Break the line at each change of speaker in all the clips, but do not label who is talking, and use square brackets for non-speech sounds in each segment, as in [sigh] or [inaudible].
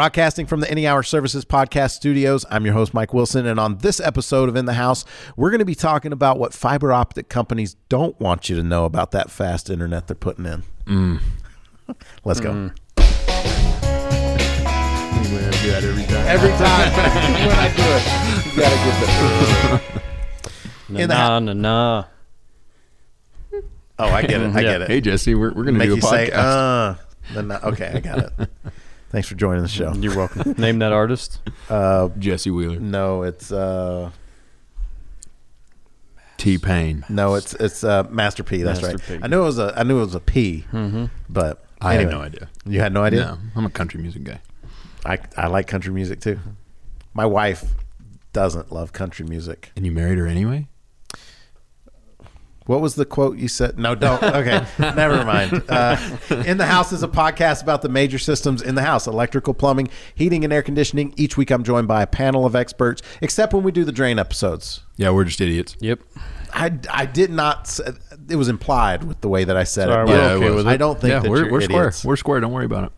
Broadcasting from the Any Hour Services Podcast Studios, I'm your host, Mike Wilson. And on this episode of In the House, we're going to be talking about what fiber optic companies don't want you to know about that fast internet they're putting in.
Mm.
[laughs] Let's go.
Every time when I do it, you gotta get the.
In the
Na na na.
Oh, I get it. I get it.
[laughs] Hey Jesse, we're, we're
[laughs]
gonna
Make
do a
you say,
podcast.
uh, then not- okay, I got it. [laughs] Mm-hmm. Thanks for joining the show.
You're welcome. Name that artist.
Jesse Wheeler,
No, it's uh,
T Pain.
no, it's it's uh, Master P. That's
Master
right.
P.
I knew it was a I knew it was a mm-hmm. but
I had
anyway.
no idea.
You had no idea.
No, I'm a country music guy.
I I like country music too. My wife doesn't love country music.
And you married her anyway?
What was the quote you said? No, don't. Okay, never mind. Uh, in the House is a podcast about the major systems in the house electrical, plumbing, heating, and air conditioning. Each week I'm joined by a panel of experts, except when we do the drain episodes.
Yeah, we're just idiots.
Yep.
I, I did not, s- it was implied with the way that I said
Sorry,
it.
we're
but
Yeah, okay
it was.
I don't think
Yeah,
that
we're,
you're
we're square.
idiots.
We're square. Don't worry about it.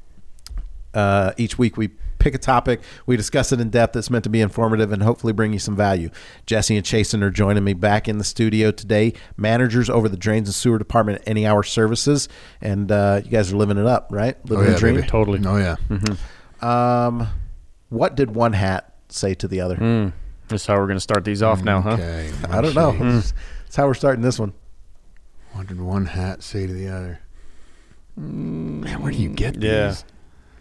Uh, each week we pick a topic, we discuss it in depth. It's meant to be informative and hopefully bring you some value. Jesse and Chasen are joining me back in the studio today, managers over the drains and sewer department at Any Hour Services, and uh, you guys are living it up, right? Living the dream.
baby.
Totally. Mm-hmm.
Oh yeah.
Um, what did one hat say to the other?
Mm.
That's how we're gonna start these off now, huh?
Okay.
I don't know. That's how we're starting this one.
What did one hat say to the other? Man, where do you get
Yeah.
these?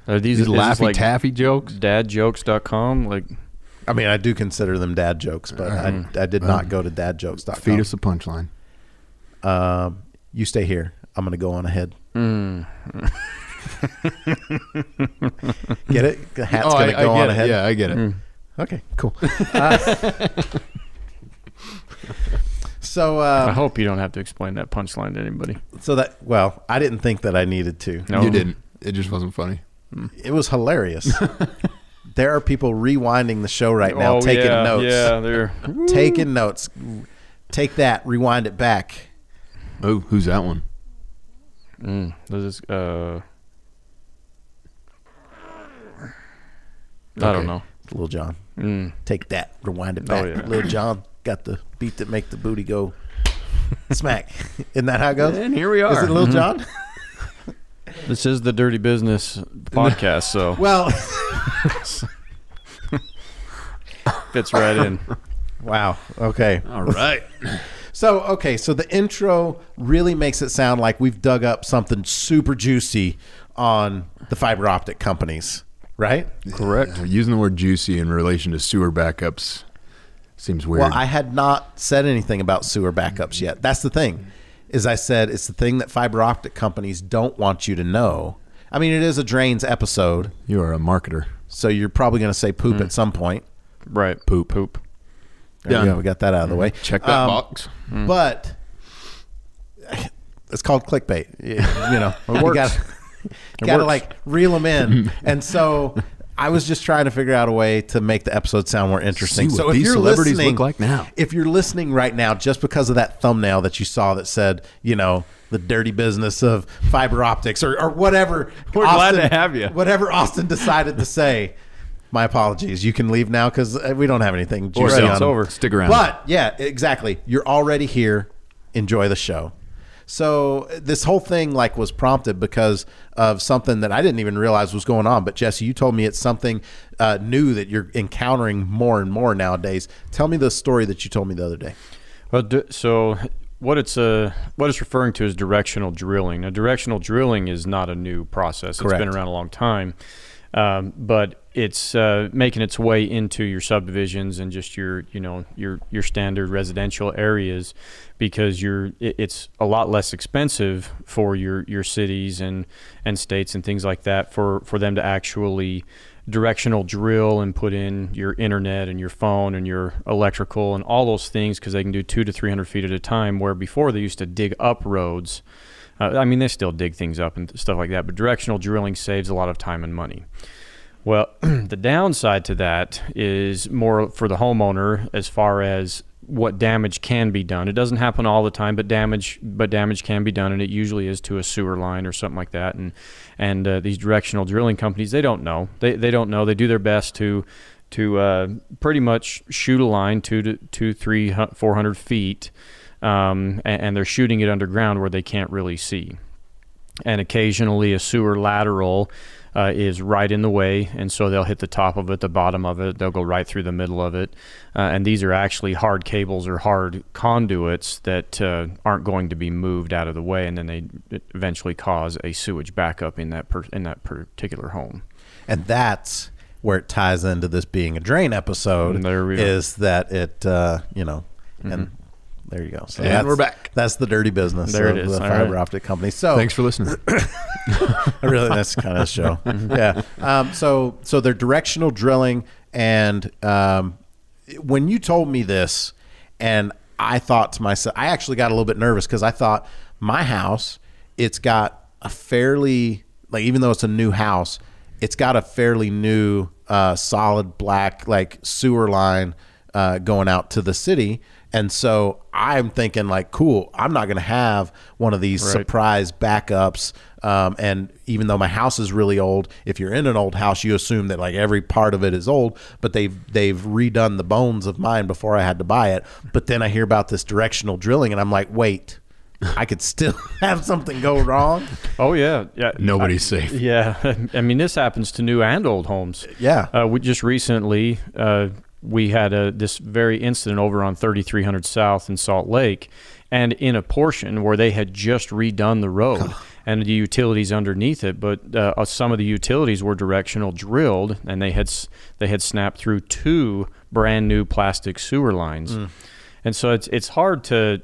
Are these,
These
is this
laffy
like
taffy jokes?
dadjokes.com? Like
I mean, I do consider them dad jokes, but I, I did not go to dadjokes.com.
Uh-huh. Feed us a punchline.
Um, you stay here. I'm going to go on ahead.
Mm.
get it? The hat's going to go
get
on
it.
ahead.
Yeah, Oh, I get
Mm.
it.
Okay,
[laughs]
cool. Uh, so,
I
uh,
hope you don't have to explain that punchline to anybody.
so that well, I didn't think that I needed to.
No.
You didn't. It just wasn't funny.
It was
[laughs]
hilarious. there are people rewinding the show right now,
oh,
taking
yeah,
notes,
Yeah, they're
taking notes. Take that, rewind it back.
Oh, who's that one?
mm, this is uh I
Okay.
don't know.
Little John,
Mm.
take that, rewind it
Oh,
back.
yeah.
Little John got the beat that make the booty go [laughs] smack. Isn't that how it goes?
And here we
Is it Little John?
This is the Dirty Business podcast, so
well,
fits right in.
wow. Okay.
All right.
So, okay, so the intro really makes it sound like we've dug up something super juicy on the fiber optic companies, right?
Correct. using the word juicy in relation to sewer backups seems weird.
Well, I had not said anything about sewer backups yet. That's the thing. Is I said it's the thing that fiber optic companies don't want you to know. I mean, it is a drains episode,
you are a marketer.
so you're probably going to say poop at some point.
Right. Poop. Poop.
There
Done.
yeah, we got that out of the way.
Mm-hmm. Check that
Um,
box. Mm-hmm.
But it's called clickbait. You
[laughs]
know, [laughs] you
works.
gotta, gotta
works.
like reel them
[laughs]
in. and so I was just trying to figure out a way to make the episode sound more interesting.
See
so
what
if
these
you're
celebrities
listening-
look like now.
if you're listening right now, just because of that thumbnail that you saw that said, you know, the dirty business of fiber optics or, or
[laughs]
whatever.
We're glad to have you.
Whatever Austin decided to say. My apologies. You can leave now because we don't have anything.
Or
juicy
it's
on-
over. Stick around.
But yeah, exactly. You're already here. Enjoy the show. So this whole thing like was prompted because of something that I didn't even realize was going on. But Jesse, you told me it's something uh, new that you're encountering more and more nowadays. Tell me the story that you told me the other day.
Well, d- so what it's uh, what it's referring to is directional drilling. Now, directional drilling is not a new process; it's
Correct.
been around a long time, um, but it's uh, making its way into your subdivisions and just your you know your your standard residential areas because you're it, it's a lot less expensive for your your cities and and states and things like that for for them to actually directional drill and put in your internet and your phone and your electrical and all those things because they can do two to three hundred feet at a time. Where before they used to dig up roads, uh, I mean they still dig things up and stuff like that. But directional drilling saves a lot of time and money. [clears throat] Well, the downside to that is more for the homeowner as far as what damage can be done. It doesn't happen all the time, but damage but damage can be done, and it usually is to a sewer line or something like that. And and uh, these directional drilling companies they don't know. They they don't know. They do their best to to uh, pretty much shoot a line two to two three four hundred feet, um, and, and they're shooting it underground where they can't really see. And occasionally a sewer lateral uh, is right in the way, and so they'll hit the top of it, the bottom of it, they'll go right through the middle of it, uh, and these are actually hard cables or hard conduits that uh, aren't going to be moved out of the way, and then they eventually cause a sewage backup in that per- in that particular home.
And that's where it ties into this being a drain episode.
And there we are.
is that it? Uh, you know, and there you go. So
And
that's-
we're back.
That's the dirty business.
There
of
it is.
The
All
fiber
right.
optic company. So
Thanks for listening.
[laughs] I really that's the kind of show. yeah. Um, so so they're directional drilling, and um, when you told me this, and I thought to myself, I actually got a little bit nervous because I thought my house, it's got a fairly like even though it's a new house, it's got a fairly new uh, solid black like sewer line uh, going out to the city. And so I'm thinking, like, cool, I'm not going to have one of these
Right.
surprise backups. Um, and even though my house is really old, if you're in an old house, you assume that like every part of it is old. But they've they've redone the bones of mine before I had to buy it. But then I hear about this directional drilling, and I'm like, wait, I could still [laughs] have something go wrong.
Oh yeah, yeah.
Nobody's safe.
[laughs] Yeah, I mean this happens to new and old homes.
Yeah.
uh, we just recently uh, we had a, this very incident over on 3300 South in Salt Lake, and in a portion where they had just redone the road and the utilities underneath it, but uh, uh, some of the utilities were directional drilled, and they had s- they had snapped through two brand new plastic sewer lines, and so it's it's hard to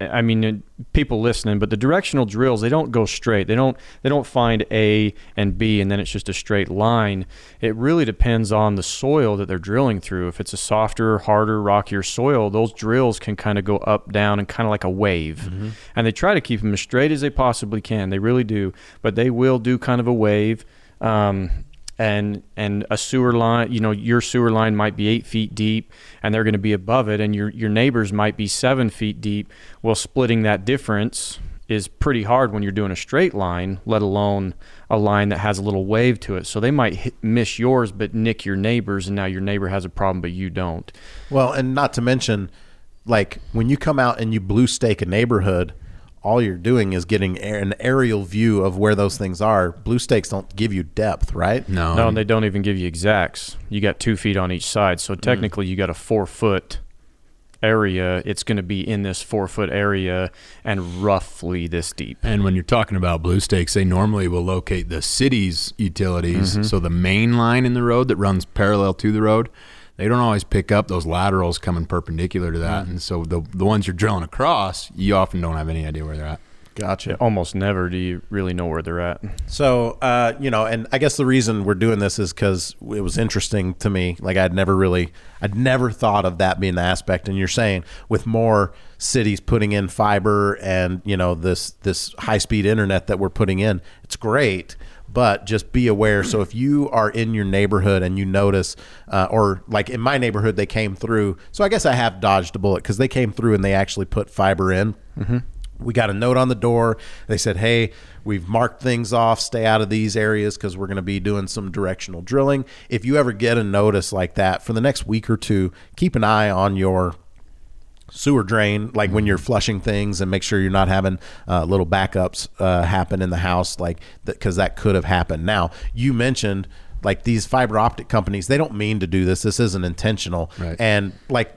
I mean, uh, people listening, but the directional drills they don't go straight. They don't they don't find A and B and then it's just a straight line. It really depends on the soil that they're drilling through. If it's a softer, harder, rockier soil, those drills can kind of go up, down, and kind of like a wave. And they try to keep them as straight as they possibly can. They really do, but they will do kind of a wave. Um, and and a sewer line you know your sewer line might be eight feet deep and they're going to be above it and your your neighbors might be seven feet deep well splitting that difference is pretty hard when you're doing a straight line let alone a line that has a little wave to it so they might hit, miss yours but nick your neighbors and now your neighbor has a problem but you don't
Well, and not to mention, like when you come out and you blue stake a neighborhood, all you're doing is getting air, an aerial view of where those things are. Blue stakes don't give you depth, right?
No.
no and they don't even give you exacts you got two feet on each side so technically you got a four foot area it's going to be in this four foot area and roughly this deep
And when you're talking about blue stakes, they normally will locate the city's utilities. So the main line in the road that runs parallel to the road, they don't always pick up those laterals coming perpendicular to that. And so the the ones you're drilling across, you often don't have any idea where they're at.
Gotcha.
almost never do you really know where they're at.
So, uh, you know, and I guess the reason we're doing this is because it was interesting to me. Like, I'd never really, I'd never thought of that being the aspect. And you're saying with more cities putting in fiber and you know this this high speed internet that we're putting in, it's great. But just be aware. So if you are in your neighborhood and you notice, uh, or like in my neighborhood, they came through. So I guess I have dodged a bullet because they came through and they actually put fiber in. Mm-hmm we got a note on the door. They said, "Hey, we've marked things off. Stay out of these areas because we're going to be doing some directional drilling. If you ever get a notice like that for the next week or two, keep an eye on your sewer drain, like when you're flushing things, and make sure you're not having uh, little backups uh, happen in the house, like because that could have happened. Now you mentioned like these fiber optic companies, they don't mean to do this. This isn't intentional,
Right.
and like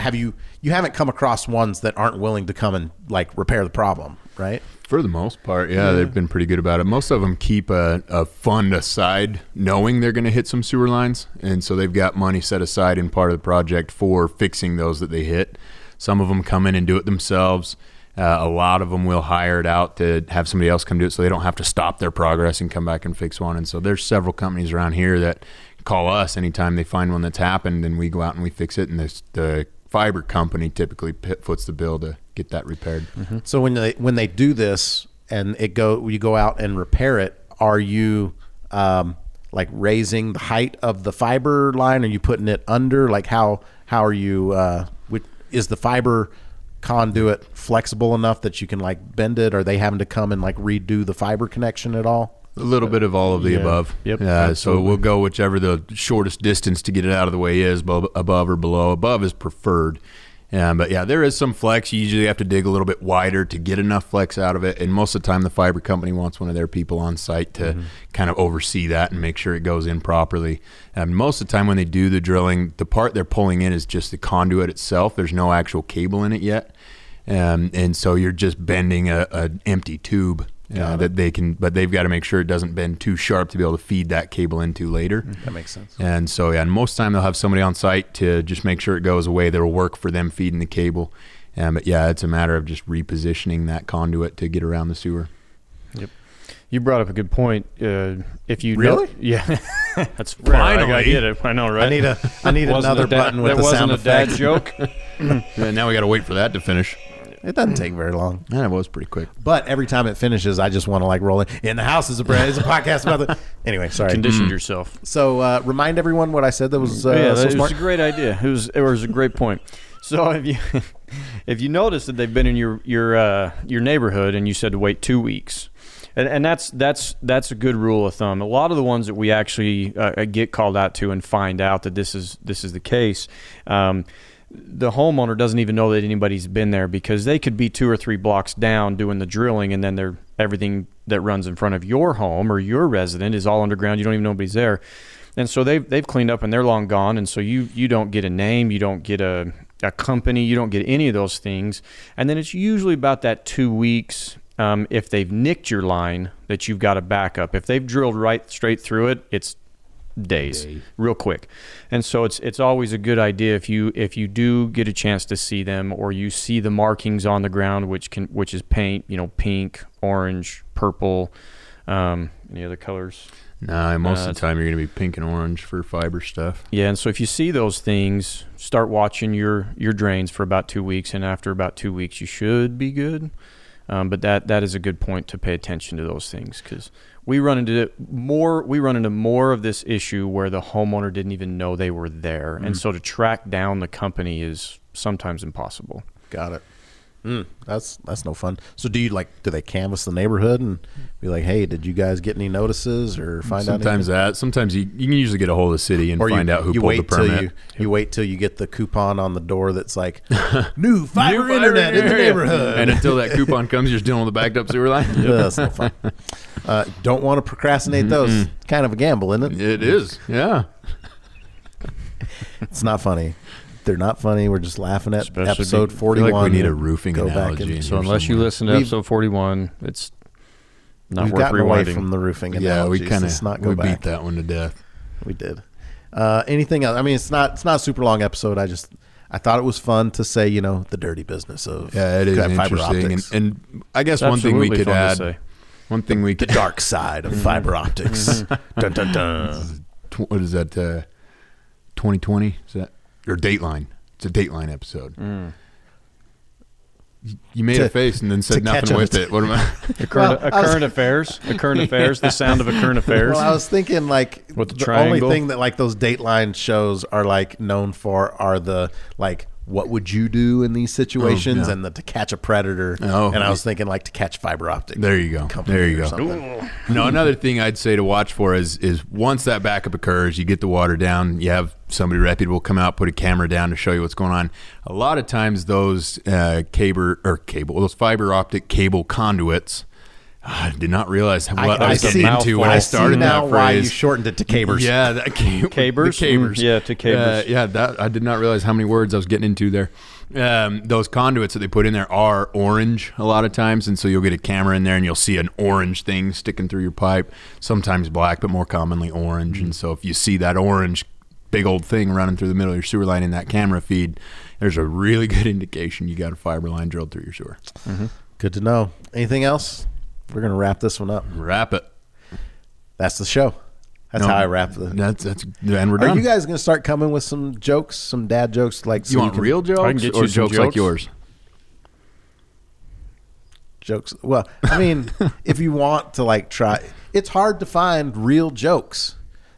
have you you haven't come across ones that aren't willing to come and like repair the problem right
For the most part, yeah, they've been pretty good about it. Most of them keep a, a fund aside, knowing they're going to hit some sewer lines, and so they've got money set aside in part of the project for fixing those that they hit. Some of them come in and do it themselves. Uh, a lot of them will hire it out to have somebody else come do it, so they don't have to stop their progress and come back and fix one. And so there's several companies around here that call us anytime they find one that's happened, and we go out and we fix it. And this, the fiber company typically p- foots the bill to get that repaired.
so when they when they do this and it go you go out and repair it are you um like raising the height of the fiber line? Are you putting it under? Like how how are you? Uh, which, is the fiber conduit flexible enough that you can like bend it? Are they having to come and like redo the fiber connection at all?
A little bit of all of the
Yeah.
above.
Yep,
Yeah. So we'll go whichever the shortest distance to get it out of the way is, bo- above or below. Above is preferred. Um, but yeah, there is some flex. You usually have to dig a little bit wider to get enough flex out of it. And most of the time, the fiber company wants one of their people on site to
Mm-hmm.
kind of oversee that and make sure it goes in properly. And most of the time, when they do the drilling, the part they're pulling in is just the conduit itself. There's no actual cable in it yet. Um, and so you're just bending a, a empty tube uh, that they can, but they've got to make sure it doesn't bend too sharp to be able to feed that cable into later.
That makes sense.
And so, yeah, and most time they'll have somebody on site to just make sure it goes away. That'll work for them feeding the cable. Um, but yeah, it's a matter of just repositioning that conduit to get around the sewer.
You brought up a good point. Uh, if you
Really?
know, [laughs] yeah, that's rare. I gotta
Finally.
get it. [laughs] I know, right?
I need a I need
Wasn't
another
a dad-
button with
that
the
wasn't
sound
a dad
effect.
joke.
And now we got to wait for that to finish.
[laughs] It doesn't take very long.
Yeah, it was pretty quick.
But every time it finishes, I just want to like roll in. In the house is a brand. It's a podcast about the. Anyway, sorry.
Conditioned yourself.
So uh, remind everyone what I said that was uh,
yeah,
so
that
smart.
was a great idea. It was it was a great point. So [laughs] if you if you notice that they've been in your your uh, your neighborhood and you said to wait two weeks, and, and that's that's that's a good rule of thumb. A lot of the ones that we actually uh, get called out to and find out that this is this is the case. Um, the homeowner doesn't even know that anybody's been there because they could be two or three blocks down doing the drilling and then they're everything that runs in front of your home or your resident is all underground you don't even know nobody's there and so they've they've cleaned up and they're long gone and so you you don't get a name you don't get a a company you don't get any of those things and then it's usually about that two weeks um, if they've nicked your line that you've got a backup if they've drilled right straight through it it's days real quick and so it's it's always a good idea if you if you do get a chance to see them or you see the markings on the ground which can which is paint you know pink orange purple um, any other colors
Nah, most
Uh,
of the time you're going to be pink and orange for fiber stuff.
yeah, and so if you see those things, start watching your your drains for about two weeks, and after about two weeks, you should be good. Um, but that that is a good point to pay attention to those things because we run into more we run into more of this issue where the homeowner didn't even know they were there, and so to track down the company is sometimes impossible.
Got it. Mm, that's that's no fun. So do you like do they canvass the neighborhood and be like, hey, did you guys get any notices or find out?
Sometimes
anything?
that. Sometimes you, you can usually get a hold of the city and find out who pulled the permit.
Till you, you wait till you get the coupon on the door that's
[laughs]
like new fiber
Fiber
internet in the
area.
neighborhood.
And until that coupon comes, you're just dealing with the backed up sewer line.
Yeah, [laughs] that's no fun. Uh, don't want to procrastinate those. Kind of a gamble, isn't it?
It is. Mm-hmm. Yeah.
It's not funny. They're not funny. We're just laughing at
Especially
episode
be-
I feel
forty-one.
like we need a roofing
Go back
analogy.
and-
in
So
here
unless you
somewhere.
listen to
We've-
episode forty one, it's not
We've
worth
gotten away
rewinding.
from the roofing.
yeah, we
analogies.
kind
Let's not
of
go
we
back.
beat that one to death.
We did. Uh, anything else? I mean, it's not it's not a super long episode. I just I thought it was fun to say you know the dirty business of
Yeah, it is
fiber
interesting, and,
optics,
and I guess
It's
one thing we
absolutely
could
fun to
add,
say.
one thing we
the
could,
dark side of fiber
[laughs]
optics. dun, dun, dun.
tw- what is that? uh, 2020 is that or Dateline? It's a Dateline episode. You- You made
To-
a face and then
to
said
catch
nothing
up
with
to-
it. What am I?
[laughs]
A current,
Well,
a
I was-
current affairs, a
[laughs]
current affairs, the sound of a current affairs.
Well, I was thinking like
With the
only
triangle.
thing that like those Dateline shows are like known for are the like what would you do in these situations
Oh, yeah.
and the to catch a predator.
Oh.
and I was thinking like to catch fiber optic.
There you go.
company
There you
or
go.
something.
[laughs] No, another thing I'd say to watch for is is once that backup occurs, you get the water down, you have somebody reputable come out, put a camera down to show you what's going on. A lot of times, those uh, cable or cable, those fiber optic cable conduits. uh, I did not realize what I, was getting into when I
see
started
now
that
why you
phrase.
shortened it to cabers.
Yeah, that [laughs] came,
Cabers?
Mm-hmm.
The cabers.
Mm, yeah, to
Uh,
cabers.
yeah, that I did not realize how many words I was getting into there. Um, those conduits that they put in there are orange a lot of times, and so you'll get a camera in there and you'll see an orange thing sticking through your pipe. Sometimes black, but more commonly orange. And so if you see that orange big old thing running through the middle of your sewer line in that camera feed, there's a really [laughs] good indication you got a fiber line drilled through your sewer.
Good to know. Anything else? We're gonna wrap this one up.
Wrap it.
That's the show. That's
No,
how I wrap the.
That's that's and we're
Are
done.
you guys gonna start coming with some jokes, some dad jokes? Like so
you want
can-
real jokes
get
or
you some
jokes like
jokes.
yours?
jokes?
[laughs]
Well, I mean, if you want to like try, it's hard to find real jokes.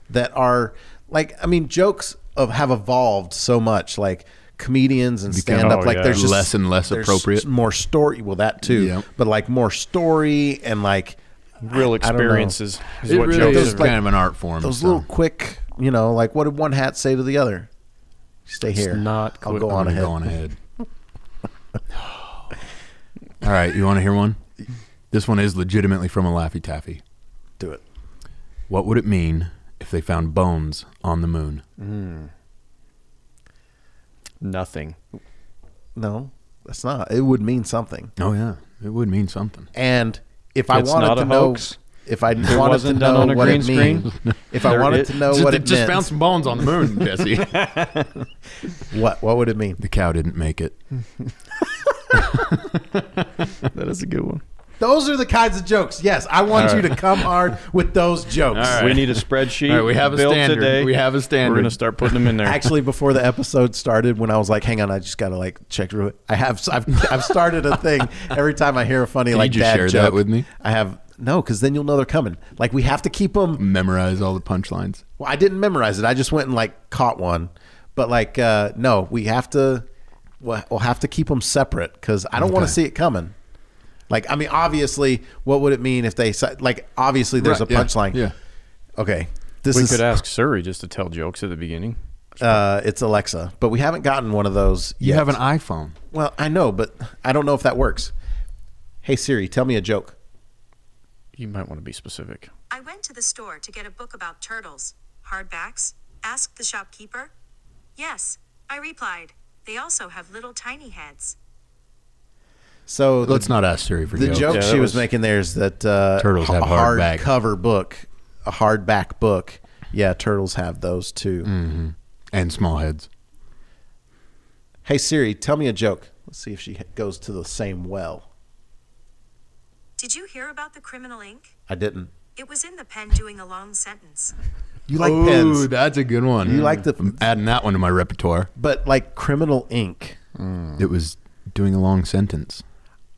that are like I mean jokes of have evolved so much like comedians and
Become-
stand up
Oh,
like
yeah.
there's just
Less and less
there's
appropriate.
more story well that too
Yep.
but like more story and like
Real
I- I don't know.
experiences is
It
what
really
jokes
those,
is
are.
like-
kind of an art form.
those
so.
little quick you know like what did one hat say to the other stay here
not
I'll
quick.
go
I'm
on
gonna
ahead
go on ahead.
[laughs]
All right, you want to hear one? This one is legitimately from a Laffy Taffy.
do it
What would it mean if they found bones on the moon?
Mm.
Nothing.
no that's not it would mean something
Oh yeah, it would mean something.
and if I
It's
wanted
not
to
a
know
hoax.
if I
it
wanted to
wasn't done
know
on a
what
green
it means
screen.
if I
There
wanted
it-
to know what it meant
bones on
[laughs]
the moon, Jesse.
what what would it mean
the cow didn't make it.
Hmm.
That is a good one.
Those are the kinds of jokes. Yes, I want you to come hard with those jokes.
We need a spreadsheet.
All right, we have a
built
standard.
Today.
We have a
We're
standard.
gonna start putting them in there.
[laughs] Actually, before the episode started, when I was like, "Hang on, I just gotta like check through it," I have I've, I've started a thing every time I hear a funny
Can
like
you just
dad
share
joke.
that with me?
I have no, because then you'll know they're coming. Like we have to keep them.
Memorize all the punchlines.
Well, I didn't memorize it. I just went and like caught one, but like uh, no, we have to. We'll we'll have to keep them separate because I don't want to
Okay.
see it coming. Like I mean, obviously, what would it mean if they said- like obviously there's
Right,
a
yeah,
punchline?
yeah.
Okay. This
we
is
could ask Suri just to tell jokes at the beginning.
uh, it's Alexa, but we haven't gotten one of those
You
yet.
have an iPhone.
Well, I know, but I don't know if that works. Hey Siri, tell me a joke.
You might want to be specific.
I went to the store to get a book about turtles. Hardbacks? asked the shopkeeper. Yes, I replied. They also have little tiny heads.
So the,
Let's not ask Siri for
the
jokes.
joke
Yeah,
she
that
was,
was-
making there is that uh,
Turtles have
a hard
hardback.
cover book, a hardback book. Yeah, turtles have those too.
And small heads.
Hey Siri, tell me a joke. Let's see if she goes to the same well.
Did you hear about the criminal ink?
I didn't.
It was in the pen doing a long sentence.
You like
Ooh,
pens,
that's a good one.
You like the-
I'm adding that one to my repertoire.
but like criminal ink.
It was doing a long sentence.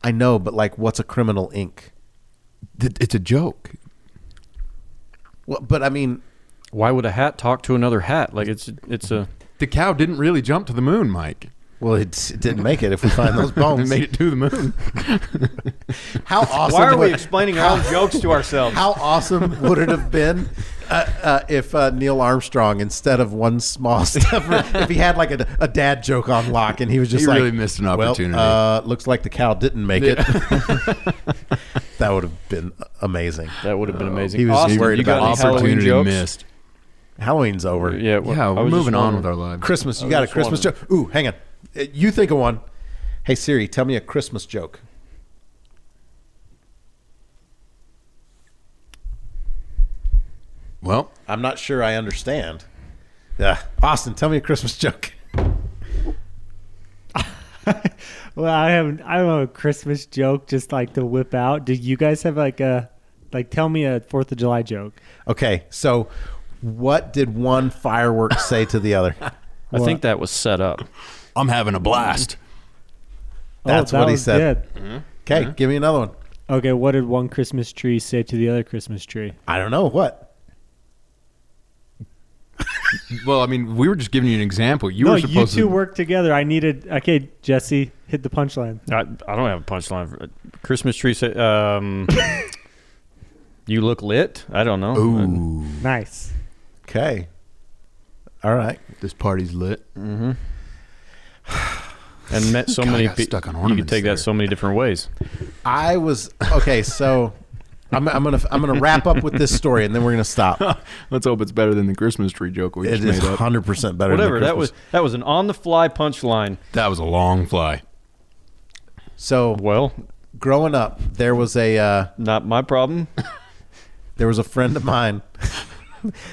I know, but like, what's a criminal ink?
Th- It's a joke.
Well, but I mean,
Why would a hat talk to another hat? Like it's it's a
The cow didn't really jump to the moon, Mike.
well, it, it didn't make it. If we find [laughs] those bones,
made it to the moon.
[laughs]
How awesome!
Why are we
would-
explaining our own jokes to ourselves?
How awesome would it have been uh, uh, if uh, Neil Armstrong, instead of one small [laughs] step, if he had like a, a dad joke on lock and he was just
He
like,
really missed an opportunity."
Well, uh, looks like the cow didn't make it. [laughs] that would have been amazing.
That would have been amazing.
he was
Austin,
worried
you got
about
any Halloween
opportunity
jokes?
missed.
Halloween's over.
Yeah, well,
Yeah,
I
we're
was just
moving on
wondering.
with our lives.
Christmas. You
I
got a
just
Christmas
wondered.
joke? Ooh, hang on. Uh, You think of one. Hey Siri, tell me a Christmas joke.
well,
I'm not sure I understand. Yeah, Austin, tell me a Christmas joke.
Well, I have I have a Christmas joke just like to whip out. Do you guys have like a like tell me a Fourth of July joke?
Okay, so what did one firework say to the
[laughs]
other?
I think that was set up.
I'm having a blast.
That's
Oh, that
what he
was
said. Okay,
Uh-huh.
give me another one.
good. Okay, what did one Christmas tree say to the other Christmas tree?
I don't know what.
Well, I mean, we were just giving you an example. You
no,
were
you
supposed
two
to
work together. I needed okay, Jesse, hit the punchline.
I, I don't have a punchline. For, Christmas tree. Say, [laughs] um, you look lit. I don't know.
Ooh,
Nice.
Okay. All right.
this party's lit.
and met so
God, I
many
got
people.
stuck on
You could
ornaments
take
there.
that so many different ways.
I was okay.
[laughs]
So I'm, I'm gonna I'm gonna wrap up with this story, and then we're gonna
[laughs]
stop.
Let's hope it's better than the Christmas tree joke we
It is 100 percent better.
Whatever.
Than the
That was
Christmas.
that was an on the fly punchline.
[laughs] That was a long fly.
so.
Well,
Growing up, there was a uh,
not my problem.
there was a friend of mine.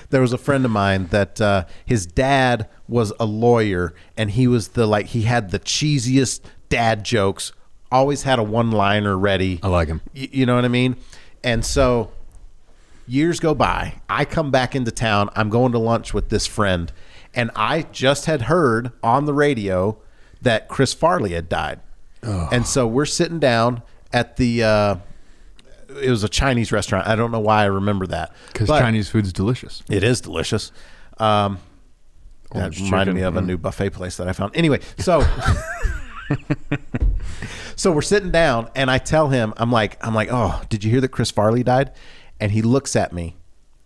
there was a friend of mine that uh, his dad was a lawyer, and he was the like he had the cheesiest dad jokes. Always had a one liner ready.
I like him.
Y- you know what I mean? And so years go by. I come back into town. I'm going to lunch with this friend. And I just had heard on the radio that Chris Farley had died. And so we're sitting down at the uh, it was a Chinese restaurant. I don't know why I remember that
because
But
Chinese food's delicious.
It is delicious. Um, that
Orange
reminded
chicken,
me of a
mm.
new buffet place that I found. Anyway, [laughs] so so we're sitting down, and I tell him, I'm like, I'm like, oh, did you hear that Chris Farley died? And he looks at me,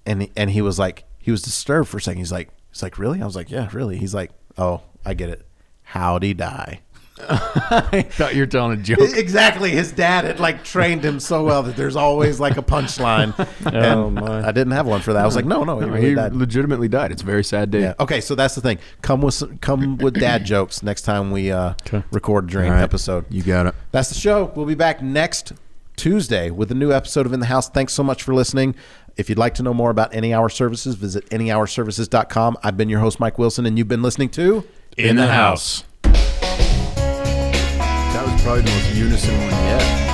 and and he was like, he was disturbed for a second. He's like, he's like, really? I was like, yeah, really. He's like, oh, I get it. How'd he die?
I [laughs] thought you were telling a
[laughs]
joke.
[laughs]
Exactly. His dad had like trained him so well that there's always like a punchline.
Oh,
[laughs] and
my.
I didn't have one for that. I was like, no,
Oh,
no, he really
he
died.
legitimately died. It's a very sad day.
Yeah. Okay, so that's the thing. Come with some, come with dad
[clears throat]
jokes next time we uh, record during
All right.
episode.
You got it.
That's the show. We'll be back next Tuesday with a new episode of In the House. Thanks so much for listening. If you'd like to know more about Any Hour Services, visit anyhourservices.com. I've been your host, Mike Wilson, and you've been listening to
That was probably the most unison one yet.